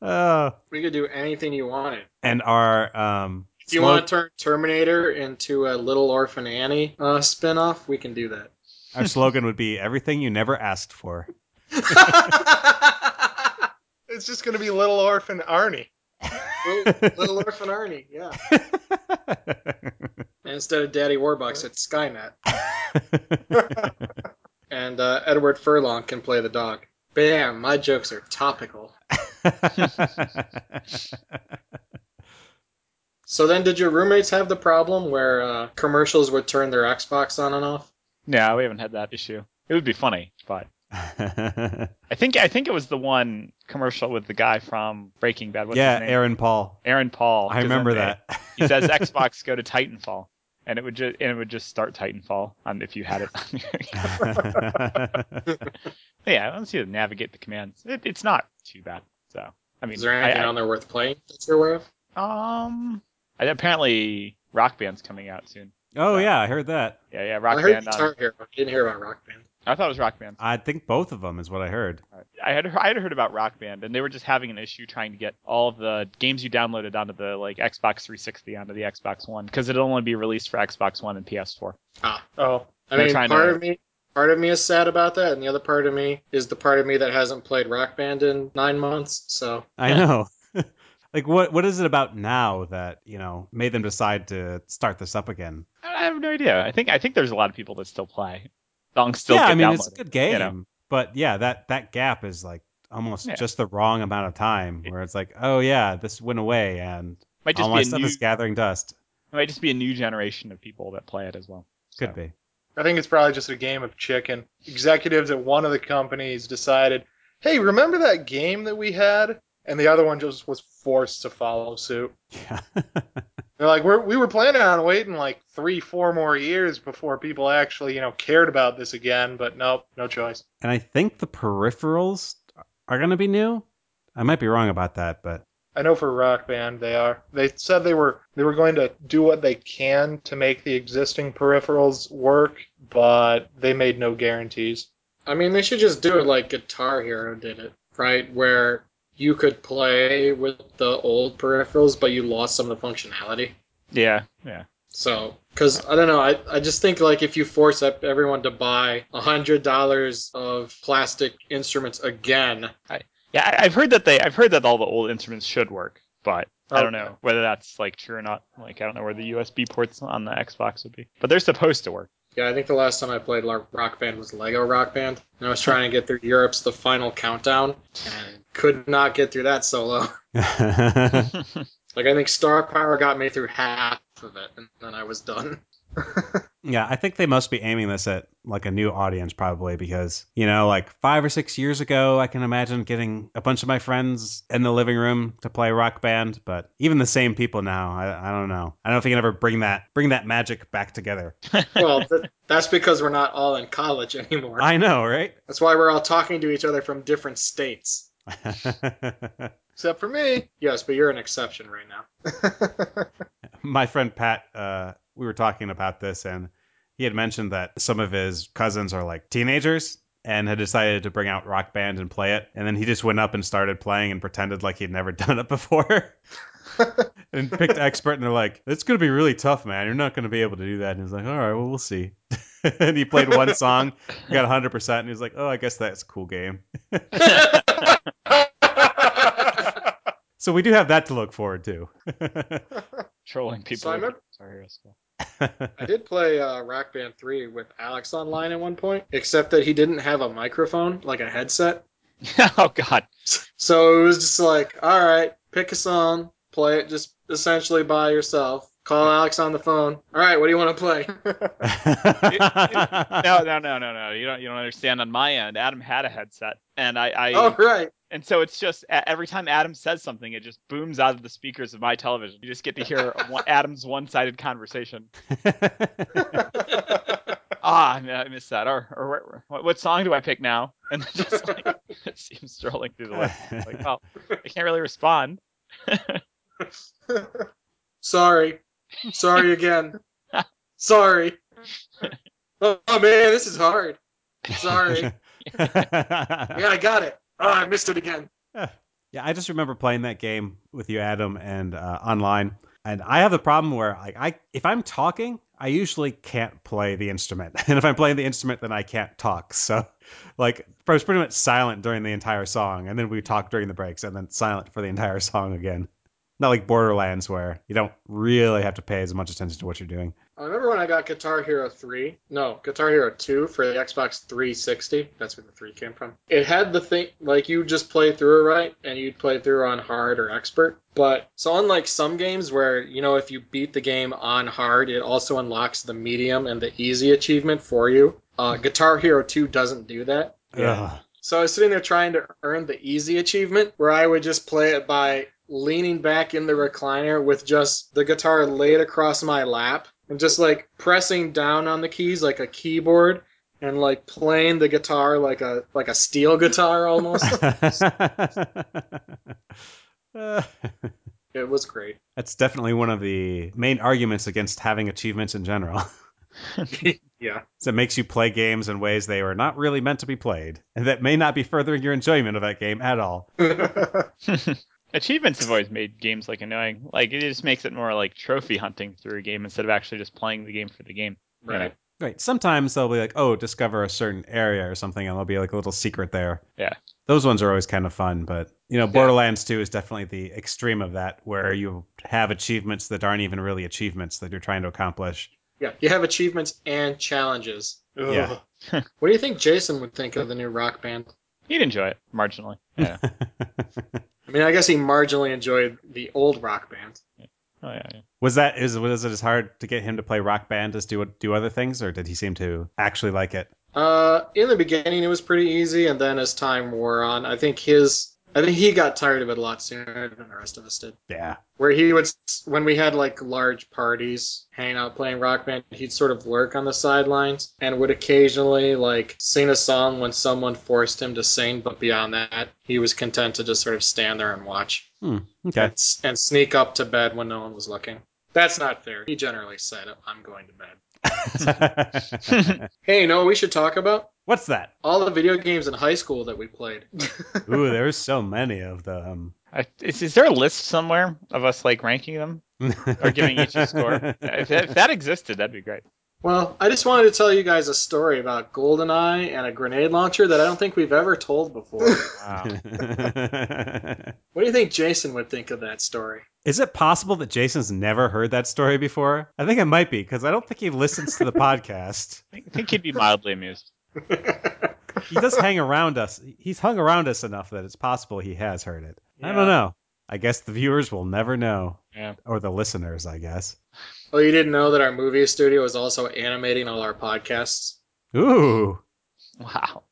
S2: Oh,
S1: We could do anything you wanted.
S2: and our um,
S1: If you
S2: slow-
S1: want to turn Terminator into a Little Orphan Annie uh, spinoff, we can do that.
S2: our slogan would be "Everything you never asked for."
S4: It's just going to be Little Orphan Arnie.
S1: little, little Orphan Arnie, yeah. And instead of Daddy Warbucks, it's Skynet. And uh, Edward Furlong can play the dog. Bam, my jokes are topical. So then, did your roommates have the problem where uh, commercials would turn their Xbox on and off?
S3: No, we haven't had that issue. It would be funny, but I think I think it was the one commercial with the guy from Breaking Bad. What's
S2: yeah,
S3: his name?
S2: Aaron Paul.
S3: Aaron Paul.
S2: I
S3: 'cause
S2: remember
S3: they-
S2: that.
S3: he says Xbox, go to Titanfall, and it would just and it would just start Titanfall on if you had it. on your- yeah, once you navigate the commands, it, it's not too bad. So I mean,
S1: Is there anything
S3: I- I-
S1: on there worth playing that you're aware of?
S3: um, I, apparently Rock Band's coming out soon.
S2: oh yeah, I heard that.
S3: Yeah, yeah, Rock
S1: I heard
S3: Band.
S1: Guitar
S3: On,
S1: Hero. I didn't hear about Rock Band.
S3: I thought it was Rock Band.
S2: I think both of them is what I heard.
S3: I had I had heard about Rock Band, and they were just having an issue trying to get all of the games you downloaded onto the like Xbox 360 onto the Xbox One because it'll only be released for Xbox One and PS4.
S4: Oh,
S1: I
S3: They're
S1: mean,
S3: trying
S1: part
S3: to-
S1: of me, part of me is sad about that, and the other part of me is the part of me that hasn't played Rock Band in nine months. So
S2: I know. like what what is it about now that, you know, made them decide to start this up again?
S3: I I have no idea. I think I think there's a lot of people that still play. Songs still
S2: yeah,
S3: get
S2: I mean it's a
S3: downloaded,
S2: good game.
S3: you know?
S2: But yeah, that that gap is like almost
S3: Yeah.
S2: just the wrong amount of time where it's like, oh yeah, this went away and
S3: Might just
S2: all my
S3: be a
S2: stuff
S3: new
S2: is gathering dust.
S3: might just be a new generation of people that play it as well.
S2: Could
S3: So,
S2: be.
S4: I think it's probably just a game of chicken. Executives at one of the companies decided, hey, remember that game that we had? And the other one just was forced to follow suit.
S2: Yeah.
S4: They're like, we're, we were planning on waiting like three, four more years before people actually, you know, cared about this again, but nope, no choice.
S2: and I think the peripherals are gonna be new. I might be wrong about that, but
S4: I know for Rock Band they are. They said they were they were going to do what they can to make the existing peripherals work, but they made no guarantees.
S1: I mean, they should just do it like Guitar Hero did it, right? Where you could play with the old peripherals, but you lost some of the functionality.
S3: Yeah, yeah.
S1: So, because I don't know, I, I just think like if you force up everyone to buy a hundred dollars of plastic instruments again,
S3: Yeah, I- I've heard that they I've heard that all the old instruments should work, but I don't
S4: Okay.
S3: know whether that's like true or not. Like I don't know where the USB ports on the Xbox would be. But they're supposed to work.
S1: yeah, I think the last time I played Lar- Rock Band was Lego Rock Band, and I was trying to get through Europe's The Final Countdown, and could not get through that solo. Like I think Star Power got me through half of it, and then I was done.
S2: Yeah, I think they must be aiming this at like a new audience probably because, you know, like 5 or 6 years ago, I can imagine getting a bunch of my friends in the living room to play rock band, but even the same people now, I, I don't know. I don't know if you can ever bring that bring that magic back together.
S1: well, th- that's because we're not all in college anymore.
S2: I know, right?
S1: That's why we're all talking to each other from different states.
S4: Except for me.
S1: Yes, but you're an exception right now.
S2: my friend Pat, uh, we were talking about this, and he had mentioned that some of his cousins are like teenagers, and had decided to bring out Rock Band and play it. And then he just went up and started playing and pretended like he'd never done it before. and picked expert, and they're like, "It's going to be really tough, man. You're not going to be able to do that." And he's like, "All right, well, we'll see." and he played one song, got 100, percent and he's like, "Oh, I guess that's a cool game." so we do have that to look forward to.
S3: Trolling people.
S1: So I remember-
S3: Sorry, Russell.
S1: I did play uh, Rock Band 3 with Alex online at one point, except that he didn't have a microphone, like a headset.
S3: oh God.
S1: So it was just like, all right, pick a song, play it just essentially by yourself. Call Alex on the phone. All right, what do you want to play?
S3: No, no, no, no, no. You don't. You don't understand. On my end, Adam had a headset, and I. I
S1: oh, right.
S3: And so it's just a- every time Adam says something, it just booms out of the speakers of my television. You just get to hear one, Adam's one-sided conversation. Ah, I mi- I missed that. Or, or what, what song do I pick now? And then just like it seems strolling through the list. It's Like, well, I can't really respond.
S1: Sorry. Sorry again. Sorry. Oh, oh, man, this is hard. Sorry. Yeah, I got it. Oh, I missed it again.
S2: Yeah, I just remember playing that game with you, Adam, and uh, online. And I have the problem where, like, I if I'm talking, I usually can't play the instrument, and if I'm playing the instrument, then I can't talk. So, like, I was pretty much silent during the entire song, and then we talk during the breaks, and then silent for the entire song again. Not like Borderlands, where you don't really have to pay as much attention to what you're doing.
S1: I remember when I got Guitar Hero 3. No, Guitar Hero 2 for the Xbox 360. That's where the 3 came from. It had the thing, like, you just play through it right, and you'd play through on hard or expert. But, so unlike some games where, you know, if you beat the game on hard, it also unlocks the medium and the easy achievement for you. Uh, Guitar Hero 2 doesn't do that.
S2: Yeah.
S1: So I was sitting there trying to earn the easy achievement, where I would just play it by leaning back in the recliner with just the guitar laid across my lap and just like pressing down on the keys like a keyboard and like playing the guitar like a like a steel guitar almost. it was great.
S2: That's definitely one of the main arguments against having achievements in general.
S1: Yeah.
S2: So it makes you play games in ways they were not really meant to be played, and that may not be furthering your enjoyment of that game at all.
S3: Achievements have always made games like annoying. Like it just makes it more like trophy hunting through a game instead of actually just playing the game for the game.
S1: Right.
S2: Right. Sometimes they'll be like, oh, discover a certain area or something, and there'll be like a little secret there.
S3: Yeah.
S2: Those ones are always kind of fun, but you know, Borderlands 2 is definitely the extreme of that, where you have achievements that aren't even really achievements that you're trying to accomplish.
S1: Yeah. You have achievements and challenges.
S2: Yeah.
S1: Ugh. what do you think Jason would think of the new rock band?
S3: He'd enjoy it marginally. Yeah.
S1: I mean, I guess he marginally enjoyed the old rock band.
S3: oh yeah. yeah.
S2: was that is was it as hard to get him to play Rock Band as do do other things, or did he seem to actually like it?
S1: Uh, in the beginning, it was pretty easy, and then as time wore on, I think his, I think he got tired of it a lot sooner than the rest of us did.
S2: Yeah.
S1: Where he would, s- when we had like large parties, hanging out playing rock band, he'd sort of lurk on the sidelines and would occasionally like sing a song when someone forced him to sing. But beyond that, he was content to just sort of stand there and watch
S2: Okay.
S1: and, s- and sneak up to bed when no one was looking. That's not fair. He generally said, "I'm going to bed." Hey, you know what we should talk about?
S2: What's that?
S1: all the video games in high school that we played.
S2: Ooh, there's so many of them.
S3: I, is, is there a list somewhere of us like ranking them or giving each a score? if, that, if that existed, that'd be great.
S1: well, I just wanted to tell you guys a story about GoldenEye and a grenade launcher that I don't think we've ever told before.
S3: Wow.
S1: what do you think Jason would think of that story?
S2: Is it possible that Jason's never heard that story before? I think it might be because I don't think he listens to the podcast.
S3: I think he'd be mildly amused.
S2: He does hang around us. He's hung around us enough that it's possible he has heard it. I
S1: Yeah.
S2: don't know. I guess the viewers will never know,
S3: Yeah.
S2: or the listeners, I guess.
S1: Oh, you didn't know that our movie studio is also animating all our podcasts?
S2: Ooh,
S3: Wow.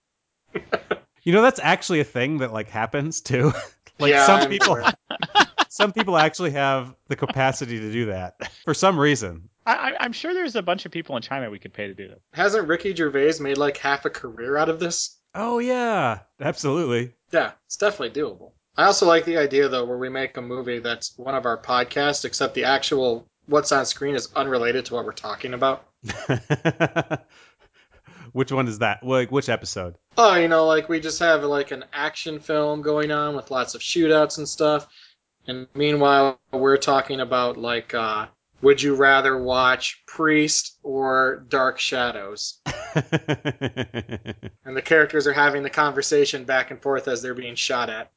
S2: you know that's actually a thing that like happens too. like
S1: Yeah,
S2: some
S1: I'm
S2: people,
S1: aware.
S2: some people actually have the capacity to do that for some reason.
S3: I, I- I'm sure there's a bunch of people in China we could pay to do that.
S1: Hasn't Ricky Gervais made like half a career out of this?
S2: Oh yeah, absolutely.
S1: Yeah, it's definitely doable. I also like the idea though where we make a movie that's one of our podcasts except the actual what's on screen is unrelated to what we're talking about.
S2: Which one is that? Like which episode?
S1: Oh, you know, like we just have like an action film going on with lots of shootouts and stuff. And meanwhile, we're talking about like, uh, would you rather watch Priest or Dark Shadows? and the characters are having the conversation back and forth as they're being shot at.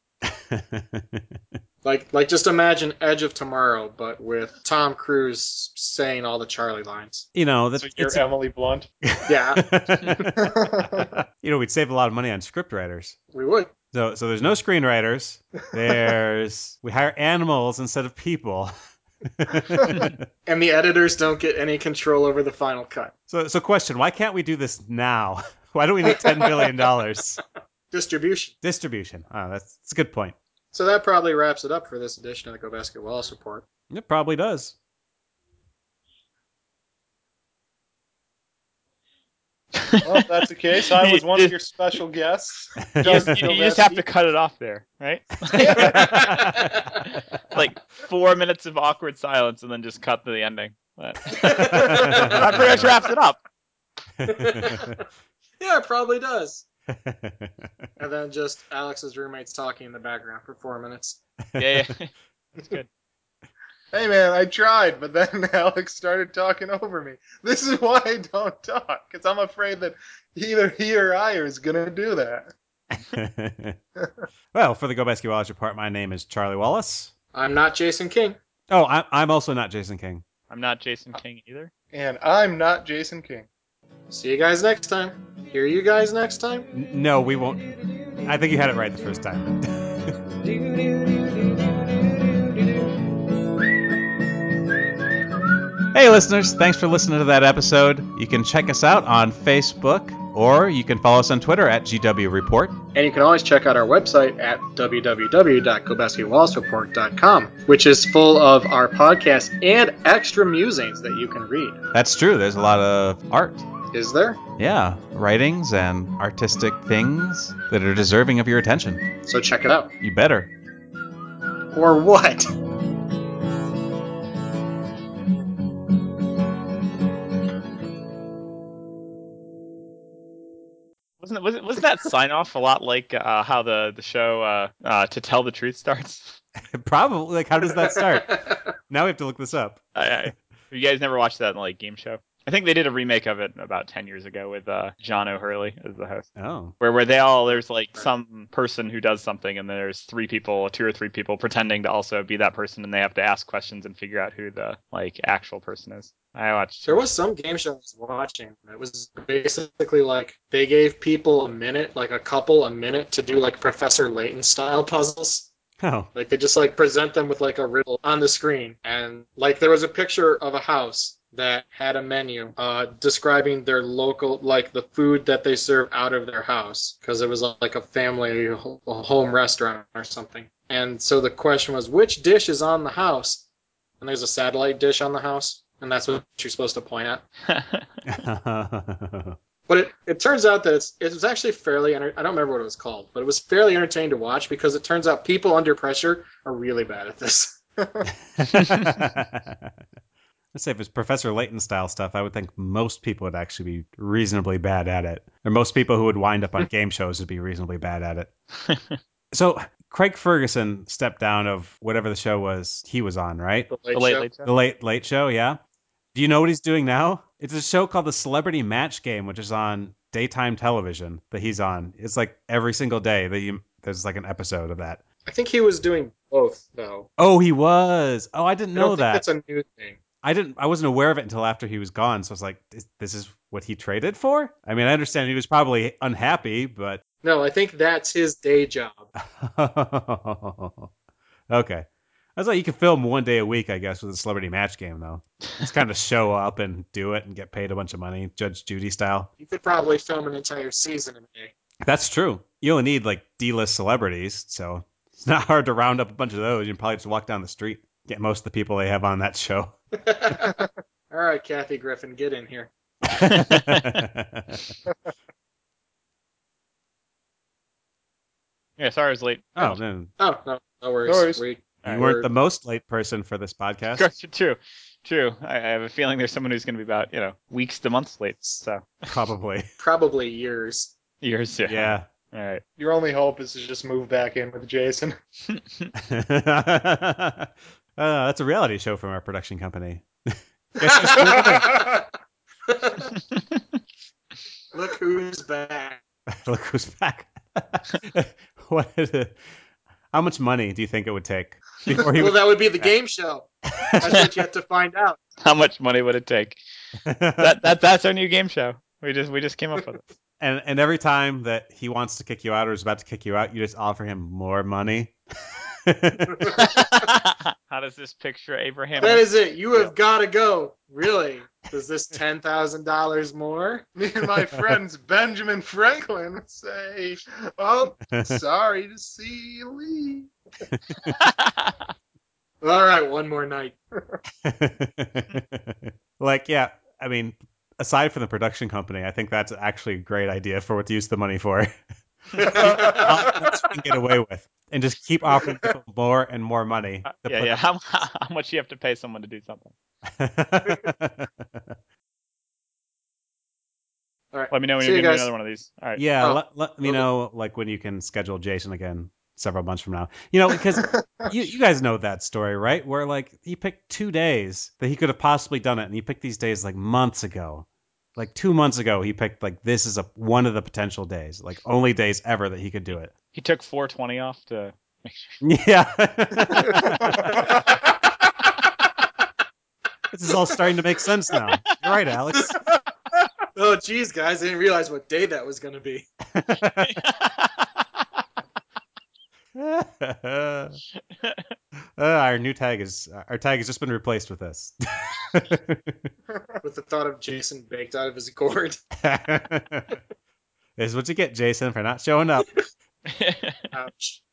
S1: Like, like just imagine Edge of Tomorrow, but with Tom Cruise saying all the Charlie lines.
S2: you know, that's
S4: So you're
S2: it's
S4: Emily Blunt.
S1: Yeah,
S2: you know, we'd save a lot of money on script writers.
S1: we would.
S2: So, so there's no screenwriters. There's we hire animals instead of people.
S1: And the editors don't get any control over the final cut.
S2: so, so question: Why can't we do this now? Why do we need ten billion dollars
S1: Distribution.
S2: distribution? Oh, that's, that's a good point.
S1: So that probably wraps it up for this edition of the Go Basketball Support.
S2: It probably does.
S4: Well, if that's the case, I was one of your special guests.
S3: You
S4: Does
S3: just,
S4: feel
S3: you- you
S4: bad
S3: just
S4: to
S3: have
S4: be-
S3: to cut it off there, right? like four minutes of awkward silence and then just cut to the ending. But that pretty much wraps it up.
S1: Yeah, it probably does. And then just Alex's roommates talking in the background for four minutes.
S3: Yeah, yeah.
S4: Hey man, I tried, but then Alex started talking over me. This is why I don't talk, because I'm afraid that either he or I is gonna do that.
S2: well, for the Go Basketballology part, my name is Charlie Wallace.
S1: I'm not Jason King.
S2: Oh, I, I'm also not Jason King.
S3: I'm not Jason King either.
S4: And I'm not Jason King.
S1: See you guys next time. Hear you guys next time.
S2: N- no, we won't. I think you had it right the first time. Hey, listeners, thanks for listening to that episode. You can check us out on Facebook or you can follow us on Twitter at GW Report.
S1: And you can always check out our website at www.gobasketballsupport.com, which is full of our podcast and extra musings that you can read.
S2: That's true, there's a lot of art.
S1: Is there?
S2: Yeah, writings and artistic things that are deserving of your attention.
S1: So check it out.
S2: You better.
S1: Or what?
S3: Wasn't wasn't, wasn't that sign off a lot like uh, how the the show uh, uh, to tell the truth starts?
S2: Probably. Like, how does that start? now we have to look this up.
S3: I, I, you guys never watched that in like game show? I think they did a remake of it about ten years ago with uh, John O'Hurley as the host.
S2: Oh.
S3: Where where they all there's like some person who does something and there's three people, two or three people pretending to also be that person and they have to ask questions and figure out who the like actual person is. I watched
S1: There was some game show I was watching. It was basically like they gave people a minute, like a couple a minute, to do like Professor Layton style puzzles.
S2: Oh.
S1: Like they just like present them with like a riddle on the screen, and like there was a picture of a house that had a menu uh, describing their local, like the food that they serve out of their house, because it was like a family ho- a home restaurant or something. And so the question was, which dish is on the house? And there's a satellite dish on the house, and that's what you're supposed to point at. But it, it turns out that it's it was actually fairly enter- I don't remember what it was called, but it was fairly entertaining to watch because it turns out people under pressure are really bad at this.
S2: Let's say if it's Professor Layton style stuff, I would think most people would actually be reasonably bad at it. Or most people who would wind up on game shows would be reasonably bad at it. So Craig Ferguson stepped down of whatever the show was he was on, right?
S1: The
S3: The
S1: Late
S3: Late
S1: Show.
S3: Late Show.
S2: The Late Late Show, yeah. Do you know what he's doing now? It's a show called The Celebrity Match Game, which is on daytime television that he's on. It's like every single day that you there's like an episode of that.
S1: I think he was doing both though.
S2: Oh, he was. Oh, I didn't
S1: I don't
S2: know
S1: think
S2: that.
S1: that's a new thing.
S2: I didn't. I wasn't aware of it until after he was gone. So I was like, "This, this is what he traded for." I mean, I understand he was probably unhappy, but
S1: No, I think that's his day job.
S2: okay. I was like, you could film one day a week, I guess, with a celebrity match game, though. Just kind of show up and do it and get paid a bunch of money, Judge Judy style.
S1: You could probably film an entire season in a day.
S2: That's true. You only need like D-list celebrities, so it's not hard to round up a bunch of those. You can probably just walk down the street, get most of the people they have on that show.
S1: All right, Kathy Griffin, get in here.
S3: Yeah, sorry I was late. Um,
S2: oh, no.
S1: Oh no, no worries.
S4: No worries.
S1: We-
S2: You
S1: we're-
S2: weren't the most late person for this podcast.
S3: That's true. True. I, I have a feeling there's someone who's going to be about you know weeks to months late. So
S2: Probably.
S1: Probably years.
S3: years. Yeah.
S2: yeah.
S3: All right.
S4: Your only hope is to just move back in with Jason.
S2: uh, that's a reality show from our production company.
S1: Look who's back.
S2: Look who's back. what is it? How much money do you think it would take before he
S1: Well,
S2: would?
S1: that would be the game show. That's what you have to find out.
S3: How much money would it take? That that that's our new game show. We just we just came up with it.
S2: and and every time that he wants to kick you out or is about to kick you out, you just offer him more money.
S3: How does this picture Abraham?
S1: That is it. You have
S3: Yeah.
S1: got to go. Really? Is this ten thousand dollars more?
S4: Me and my friends Benjamin Franklin say, "Well, sorry to see you leave."
S1: All right, one more night.
S2: like, yeah, I mean, aside from the production company, I think that's actually a great idea for what to use the money for.
S1: Oh,
S2: Not much you can get away with, and just keep offering people more and more money. to
S3: Uh, yeah,
S2: put
S3: yeah. How, how much you have to pay someone to do something?
S2: up-
S3: Let me know when
S1: See
S3: you're
S1: you
S3: gonna
S1: guys.
S3: do another one of these. All right.
S2: yeah,
S1: Oh.
S2: let, let me
S1: Okay.
S2: know like when you can schedule Jason again several months from now. You know, because you, you guys know that story, right? Where like he picked two days that he could have possibly done it, and he picked these days like months ago. Like two months ago, he picked like this is a one of the potential days, like only days ever that he could do it.
S3: He took 420 off to make sure.
S2: Yeah. this is all starting to make sense now. You're right, Alex.
S1: Oh, geez, guys, I didn't realize what day that was going to be.
S2: Uh, our new tag is our tag has just been replaced with this.
S1: With the thought of Jason baked out of his gourd.
S2: this is what you get, Jason, for not showing up.
S1: Ouch.